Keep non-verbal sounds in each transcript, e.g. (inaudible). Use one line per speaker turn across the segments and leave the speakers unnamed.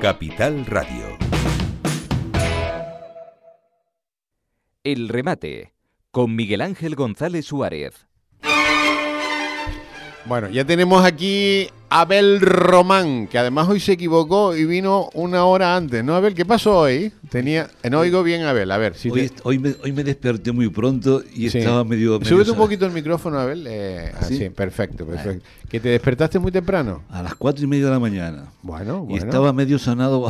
Capital Radio.
El remate con Miguel Ángel González Suárez.
Bueno, ya tenemos aquí a Abel Román, que además hoy se equivocó y vino una hora antes, ¿no? Abel, ¿qué pasó hoy? Tenía, eh, no oigo bien a Abel, a ver. Si
hoy,
te-
est- hoy me, hoy me desperté muy pronto y
Sí.
estaba medio... ¿Ah, medio
Súbete
sa-
un poquito el micrófono, Abel. eh, así,
¿Así?
perfecto, perfecto. Que te despertaste muy temprano.
A las cuatro y media de la mañana.
Bueno,
Y
bueno.
estaba medio (laughs) sonado,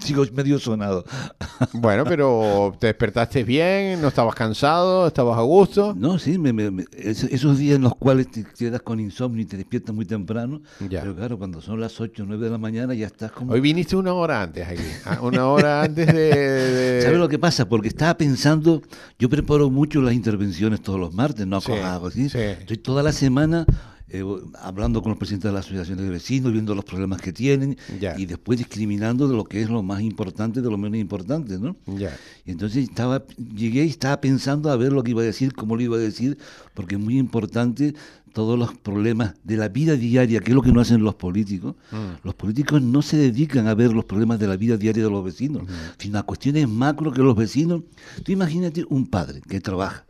sigo medio sonado.
(laughs) Bueno, pero te despertaste bien, no estabas cansado, estabas a gusto.
No, sí, me- me- me- es- esos días en los cuales te quedas con insomnio y te despiertas muy temprano.
Ya.
Pero claro, cuando son las 8 o 9 de la mañana ya estás como...
Hoy viniste una hora antes aquí. ah, Una hora antes de. de-
(laughs) ¿Sabes lo que pasa? Porque estaba pensando, yo preparo mucho las intervenciones todos los martes, no
Sí,
hago así.
sí.
Estoy toda la semana eh, hablando con los presidentes de las asociaciones de vecinos, viendo los problemas que tienen
Ya.
y después discriminando de lo que es lo más importante de lo menos importante, ¿no?
Ya.
Y entonces estaba, llegué y estaba pensando a ver lo que iba a decir, cómo lo iba a decir, porque es muy importante todos los problemas de la vida diaria, que es lo que no hacen los políticos.
Mm.
Los políticos no se dedican a ver los problemas de la vida diaria de los vecinos,
Mm.
sino a cuestiones macro que los vecinos... Tú imagínate un padre que trabaja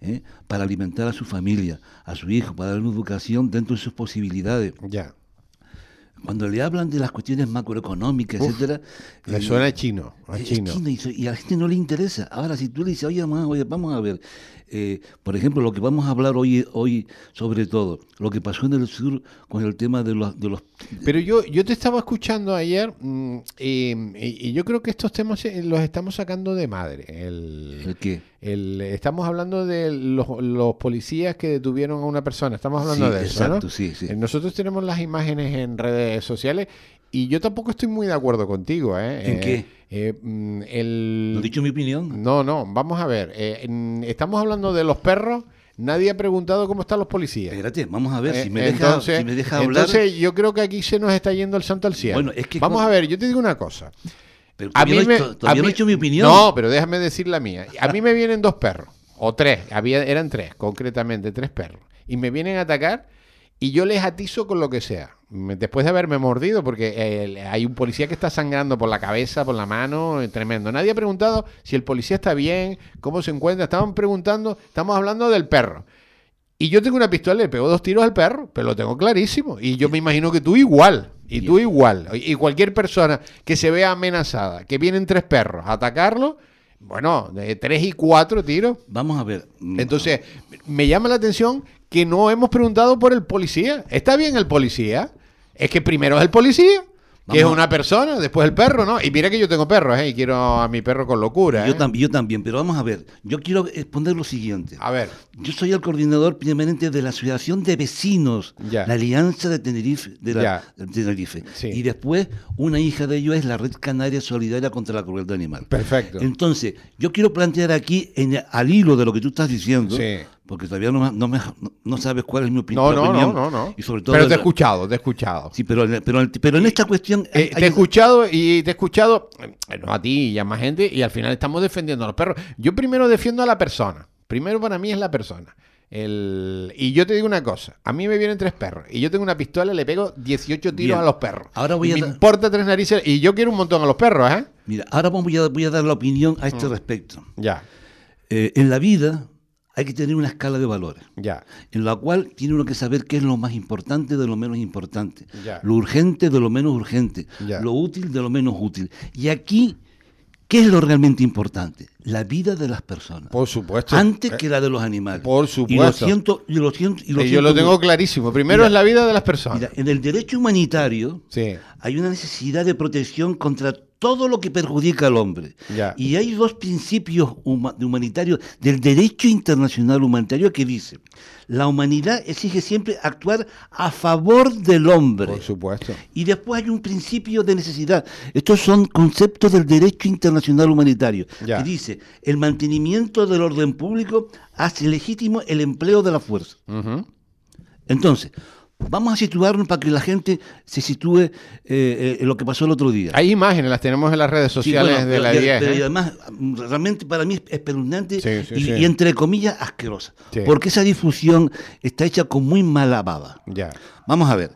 ¿eh? para alimentar a su familia, a su hijo, para darle una educación dentro de sus posibilidades.
Ya.
Cuando le hablan de las cuestiones macroeconómicas,
Uf,
etcétera...
Le
eh,
suena a chino. A
es
Ah, chino.
chino y, so- Eh, y a la gente no le interesa. Ahora, si tú le dices, oye, mamá, oye, vamos a ver, eh, por ejemplo, lo que vamos a hablar hoy, hoy sobre todo, lo que pasó en el sur con el tema de los... De los
Pero yo, yo te estaba escuchando ayer mm, y, y- y yo creo que estos temas eh, los estamos sacando de madre.
¿El
El,
qué?
el- estamos hablando de los, los policías que detuvieron a una persona. Estamos hablando
Sí,
de eso,
exacto,
¿no?
sí, sí.
Eh, Nosotros tenemos las imágenes en redes sociales y yo tampoco estoy muy de acuerdo contigo. ¿eh?
¿En
Eh,
qué?
eh, mm,
¿No
el...
he dicho mi opinión?
No, no, vamos a ver. eh, en- estamos hablando de los perros. Nadie ha preguntado cómo están los policías.
Espérate, vamos a ver,
Eh,
si, me deja, si me deja hablar...
entonces yo creo que aquí se nos está yendo el santo al cielo.
Bueno, es que
Vamos
con-
a ver, yo te digo una cosa.
pero
A
todavía
mí
no he-
me-
to-
a
todavía no he
mí-
hecho mi opinión.
No, pero déjame decir la mía. A mí me vienen dos perros, o tres, había, eran tres, concretamente, tres perros. Y me vienen a atacar y yo les atizo con lo que sea. Me- Después de haberme mordido, porque eh, hay un policía que está sangrando por la cabeza, por la mano, eh, tremendo. Nadie ha preguntado si el policía está bien, cómo se encuentra. Estaban preguntando, estamos hablando del perro. Y yo tengo una pistola, le pego dos tiros al perro, pero lo tengo clarísimo. Y yo me imagino que tú igual. Y tú igual. Y cualquier persona que se vea amenazada, que vienen tres perros a atacarlo, bueno, de tres y cuatro tiros.
Vamos a ver. mm,
Entonces, me llama la atención que no hemos preguntado por el policía. ¿Está bien el policía? Es que primero es el policía, que es
Vamos.
una persona, después el perro, ¿no? Y mira que yo tengo perros, ¿eh? Y quiero a mi perro con locura.
Yo,
¿eh?
tam- yo también, pero vamos a ver. Yo quiero exponer lo siguiente.
A ver.
Yo soy el coordinador permanente de la Asociación de Vecinos,
Ya.
la Alianza de Tenerife. De la-
Ya.
de Tenerife.
Sí.
Y después, una hija de ellos es la Red Canaria Solidaria contra la Crueldad Animal.
Perfecto.
Entonces, yo quiero plantear aquí, en- al hilo de lo que tú estás diciendo,
Sí.
porque todavía no, me- no me- no- no sabes cuál es mi opin-
No,
la
no,
opinión.
no, no, no.
Y sobre todo
pero te he
el-
escuchado, te he escuchado.
Sí, pero, pero, pero en esta cuestión... hay-
Eh, te he
hay-
escuchado y te he escuchado eh, no a ti y a más gente y al final estamos defendiendo a los perros. Yo primero defiendo a la persona. Primero para mí es la persona. El- y yo te digo una cosa, a mí me vienen tres perros y yo tengo una pistola y le pego 18 tiros
Bien.
a los perros.
Ahora voy
Y
a
me
dar-
importa tres narices y yo quiero un montón a los perros, ¿eh?
Mira, ahora voy a, voy a dar la opinión a
Mm.
este respecto.
Ya,
Eh, en la vida hay que tener una escala de valores.
ya.
en la cual tiene uno que saber qué es lo más importante de lo menos importante,
Ya.
lo urgente de lo menos urgente,
Ya.
lo útil de lo menos útil. Y aquí, ¿qué es lo realmente importante? La vida de las personas.
Por supuesto.
antes
Eh,
que la de los animales.
por
Y lo
supuesto.
siento, y lo siento, y lo
eh, yo
siento
lo tengo
mucho.
clarísimo. Primero
Mira,
es la vida de las personas.
Mira, en el derecho humanitario
Sí.
hay una necesidad de protección contra todo lo que perjudica al hombre.
Ya.
Y hay dos principios huma- de humanitarios del derecho internacional humanitario que dice, la humanidad exige siempre actuar a favor del hombre.
Por supuesto.
Y después hay un principio de necesidad. Estos son conceptos del derecho internacional humanitario.
Ya.
Que dice, el mantenimiento del orden público hace legítimo el empleo de la fuerza.
Ujú.
Entonces, vamos a situarnos para que la gente se sitúe eh, eh, en lo que pasó el otro día.
Hay imágenes, las tenemos en las redes
Sí,
sociales
bueno,
de la
pero-
10.
pero
¿eh?
y además, mm, realmente para mí es espeluznante
Sí, sí,
y,
sí.
y entre comillas asquerosa.
Sí.
Porque esa difusión está hecha con muy mala baba.
Ya.
Vamos a ver.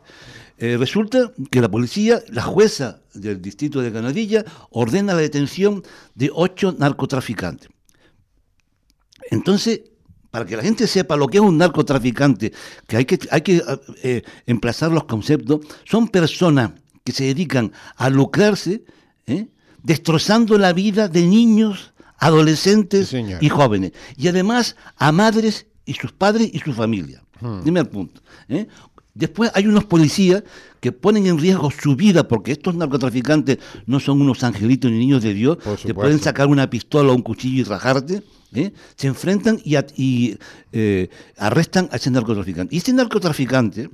Eh, resulta que la policía, la jueza del distrito de Canadilla, ordena la detención de ocho narcotraficantes. Entonces, para que la gente sepa lo que es un narcotraficante, que hay que, hay que eh, emplazar los conceptos, son personas que se dedican a lucrarse, ¿eh? destrozando la vida de niños, adolescentes
Sí, señor.
y jóvenes, y además a madres y sus padres y su familia.
Hmm.
Primer punto. ¿eh? Después hay unos policías que ponen en riesgo su vida, porque estos narcotraficantes no son unos angelitos ni niños de Dios,
Por
te pueden
supuesto.
sacar una pistola o un cuchillo y rajarte. ¿eh? Se enfrentan y, at- y, eh, arrestan a ese narcotraficante. Y ese narcotraficante,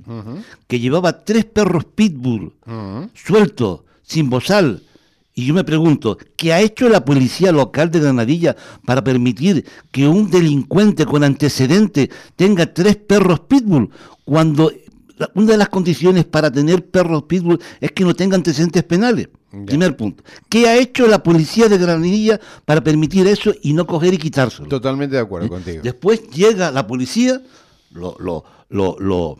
que llevaba tres perros pitbull
Ujú.
suelto, sin bozal. Y yo me pregunto, ¿qué ha hecho la policía local de Granadilla para permitir que un delincuente con antecedente tenga tres perros pitbull cuando la- una de las condiciones para tener perros pitbull es que no tenga antecedentes penales? Primer punto. ¿Qué ha hecho la policía de Granadilla para permitir eso y no coger y quitárselo?
Totalmente de acuerdo contigo.
Después llega la policía, lo, lo, lo, lo,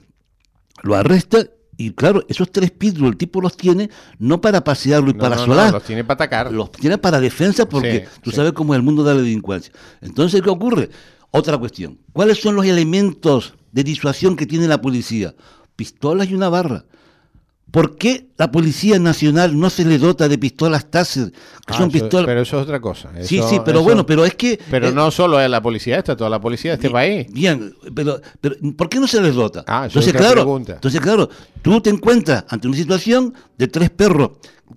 lo arresta y claro, esos tres pitbull el tipo los tiene no para pasearlo y
No,
para
no, no,
solar,
los tiene para atacar.
los tiene para defensa porque
Sí,
tú
sí.
sabes cómo es el mundo de la delincuencia. Entonces, ¿qué ocurre? Otra cuestión. ¿Cuáles son los elementos de disuasión que tiene la policía? Pistolas y una barra. ¿Por qué la Policía Nacional no se le dota de pistolas Taser, que
Ah,
son
eso-
pistolas...
Pero eso es otra cosa.
sí,
Eso-
sí, pero
eso-
bueno, pero es que...
Pero
eh,
no solo es la policía esta, toda la policía de este país.
Bien, pero, pero ¿por qué no se les dota?
Ah, esa es
entonces,
otra
claro,
pregunta.
entonces, claro, tú te encuentras ante una situación de tres perros,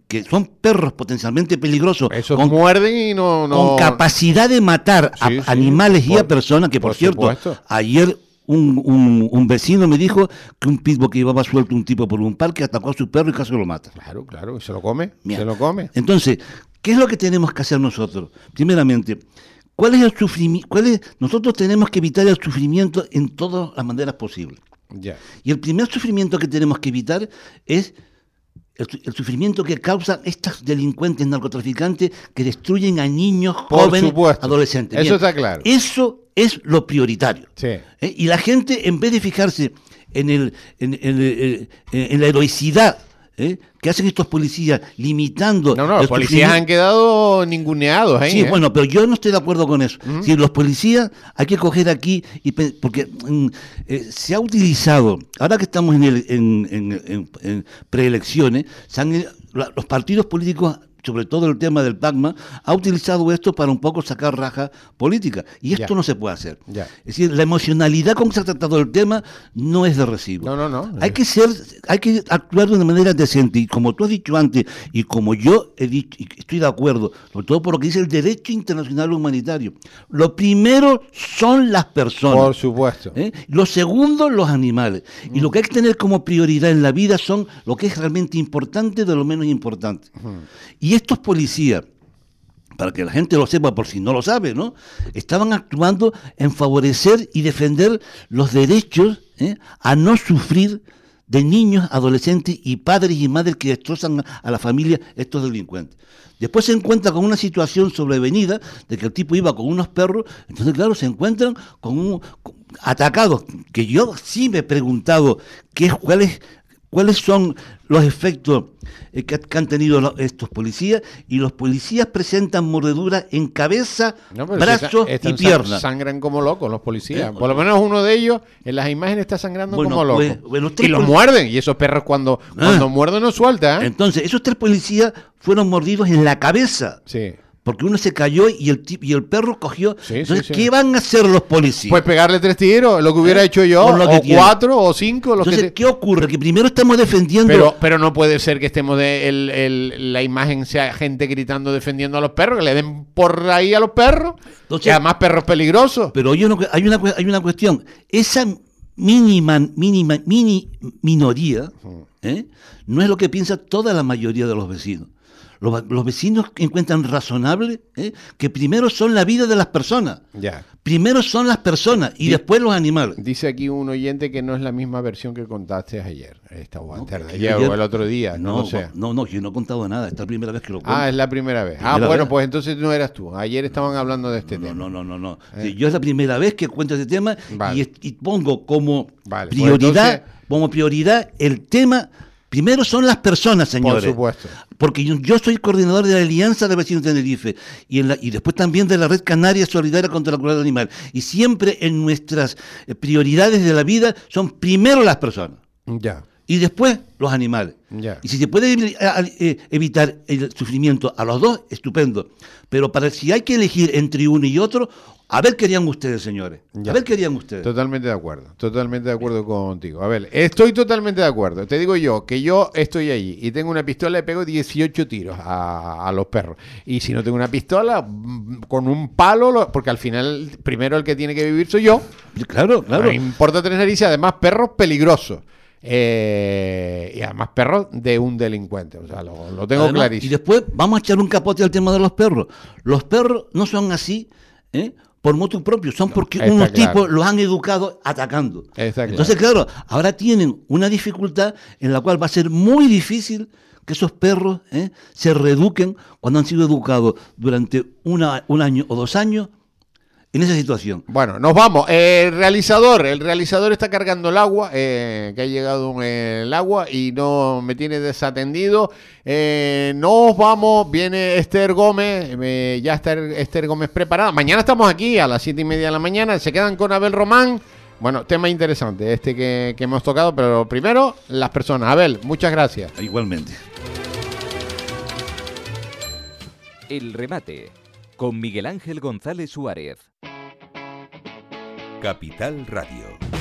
que son perros potencialmente peligrosos,
Esos
con,
muerden y no. no
con capacidad de matar a
Sí, sí,
animales y
por-
a personas, que por,
por
cierto,
supuesto.
ayer un, un- un vecino me dijo que un pitbull que llevaba suelto un tipo por un parque atacó a su perro y casi lo mata.
Claro, claro, y se lo come.
Bien.
Se lo come.
Entonces, ¿qué es lo que tenemos que hacer nosotros? Primeramente, ¿cuál es el sufrimiento? ¿Cuál es? Nosotros tenemos que evitar el sufrimiento en todas las maneras posibles.
Ya.
Y el primer sufrimiento que tenemos que evitar es el, su- el sufrimiento que causan estos delincuentes narcotraficantes que destruyen a niños,
Por
jóvenes,
supuesto.
adolescentes.
Eso está claro.
Eso es lo prioritario.
Sí.
¿eh? Y la gente, en vez de fijarse en, el, en, en- en- en la heroicidad ¿eh? que hacen estos policías, limitando.
No, no, los
el
policías
sufrimiento-
han quedado ninguneados ahí.
Sí,
¿eh?
bueno, pero yo no estoy de acuerdo con eso. Si los policías hay que coger aquí, y pe- porque mm, eh, se ha utilizado, ahora que estamos en, el- en- en- en- en preelecciones, se han- la- los partidos políticos sobre todo el tema del PACMA, ha utilizado esto para un poco sacar raja política. Y esto
Ya.
no se puede hacer.
Ya.
Es decir, la emocionalidad con que se ha tratado el tema no es de recibo.
No, no, no.
Hay que ser, hay que actuar de una manera decente. Y como tú has dicho antes, y como yo he dicho, y estoy de acuerdo, sobre todo por lo que dice el derecho internacional humanitario, lo primero son las
Por
personas.
supuesto.
¿eh? Lo segundo, los animales. Y lo que hay que tener como prioridad en la vida son lo que es realmente importante de lo menos importante. Y estos policías, para que la gente lo sepa por si no lo sabe, ¿no? Estaban actuando en favorecer y defender los derechos ¿eh? a no sufrir de niños, adolescentes y padres y madres que destrozan a la familia estos delincuentes. Después se encuentra con una situación sobrevenida de que el tipo iba con unos perros, entonces claro, se encuentran con un con- atacados, que yo sí me he preguntado qué es, cuál es ¿Cuáles son los efectos eh, que, que han tenido lo- estos policías? Y los policías presentan mordeduras en cabeza,
No, pero si
brazos
están- están
y
sang-
piernas.
Sangran como locos los policías.
Eh,
Por lo menos uno de ellos en las imágenes está sangrando
Bueno,
como loco.
pues, bueno, Ah.
y
tres
los
poli-
muerden. Y esos perros cuando, cuando muerden no sueltan. ¿eh?
Entonces, esos tres policías fueron mordidos en la cabeza.
Sí.
Porque uno se cayó y el, tip- y el perro cogió.
Sí, sí,
Entonces,
sí.
¿qué van a hacer los policías?
Pues pegarle tres tiros, lo que hubiera hecho yo,
Con Eh, lo que
o
tiene.
cuatro, o cinco, lo
Entonces,
que se-
¿qué ocurre? Que primero estamos defendiendo...
Pero, pero no puede ser que estemos de el- el- la imagen sea gente gritando defendiendo a los perros, que le den por ahí a los perros,
Entonces-
y además perros peligrosos.
Pero hay una, cu- hay una, cu- hay una cuestión. Esa mínima, mínima, mini minoría ¿eh? no es lo que piensa toda la mayoría de los vecinos. Los, va- los vecinos que encuentran razonable ¿eh? que primero son la vida de las personas.
Ya.
Primero son las personas y
Di-
después los animales.
Dice aquí un oyente que no es la misma versión que contaste ayer, esta o antes de
que
ayer,
ayer-
o el otro día, no,
No,
lo sé.
no, no, yo no he contado nada. Esta es la primera vez que lo cuento.
Ah, es la primera vez. Ah,
Primera
bueno,
vez.
pues entonces no eras tú. Ayer estaban hablando de este
no,
tema.
no, no, no, no. Yo es la primera vez que cuento este tema y
Eh. Vale.
es- y, pongo como
Vale, pues
prioridad,
entonces-
como prioridad el tema Primero son las personas, señores.
supuesto.
Porque yo, yo soy coordinador de la Alianza de Vecinos de Tenerife y, en la- y después también de la Red Canaria Solidaria contra la Crueldad Animal. Y siempre en nuestras eh, prioridades de la vida son primero las personas
Ya.
y después los animales.
Ya.
Y si se puede evi- a- a- eh, evitar el sufrimiento a los dos, estupendo. Pero para si hay que elegir entre uno y otro, a ver qué harían ustedes, señores.
Ya.
A ver qué harían ustedes.
Totalmente de acuerdo, totalmente de acuerdo contigo. A ver, estoy totalmente de acuerdo. Te digo yo que yo estoy allí y tengo una pistola y pego 18 tiros a, a los perros. Y si no tengo una pistola, mm, con un palo, lo- porque al final, primero el que tiene que vivir soy yo.
Claro,
No
claro.
me importa tres narices, además perros peligrosos. Eh, y además perros de un delincuente. O sea, lo, lo tengo
Además, Y
clarísimo.
después vamos a echar un capote al tema de los perros. Los perros no son así ¿eh? por motu propio, son porque
está
unos
claro.
tipos los han educado atacando.
Está claro.
Entonces, claro, ahora tienen una dificultad en la cual va a ser muy difícil que esos perros ¿eh? se reeduquen cuando han sido educados durante una- un año o dos años en esa situación.
Bueno, nos vamos. Eh, el realizador, el realizador está cargando el agua, eh, que ha llegado eh, el agua y no me tiene desatendido. Eh, nos vamos, viene Esther Gómez, eh, ya está Esther Gómez preparada. Mañana estamos aquí a las siete y media de la mañana, se quedan con Abel Román. Bueno, tema interesante este que, que hemos tocado, pero primero las personas. Abel, muchas gracias.
Igualmente.
El remate con Miguel Ángel González Suárez.
Capital Radio.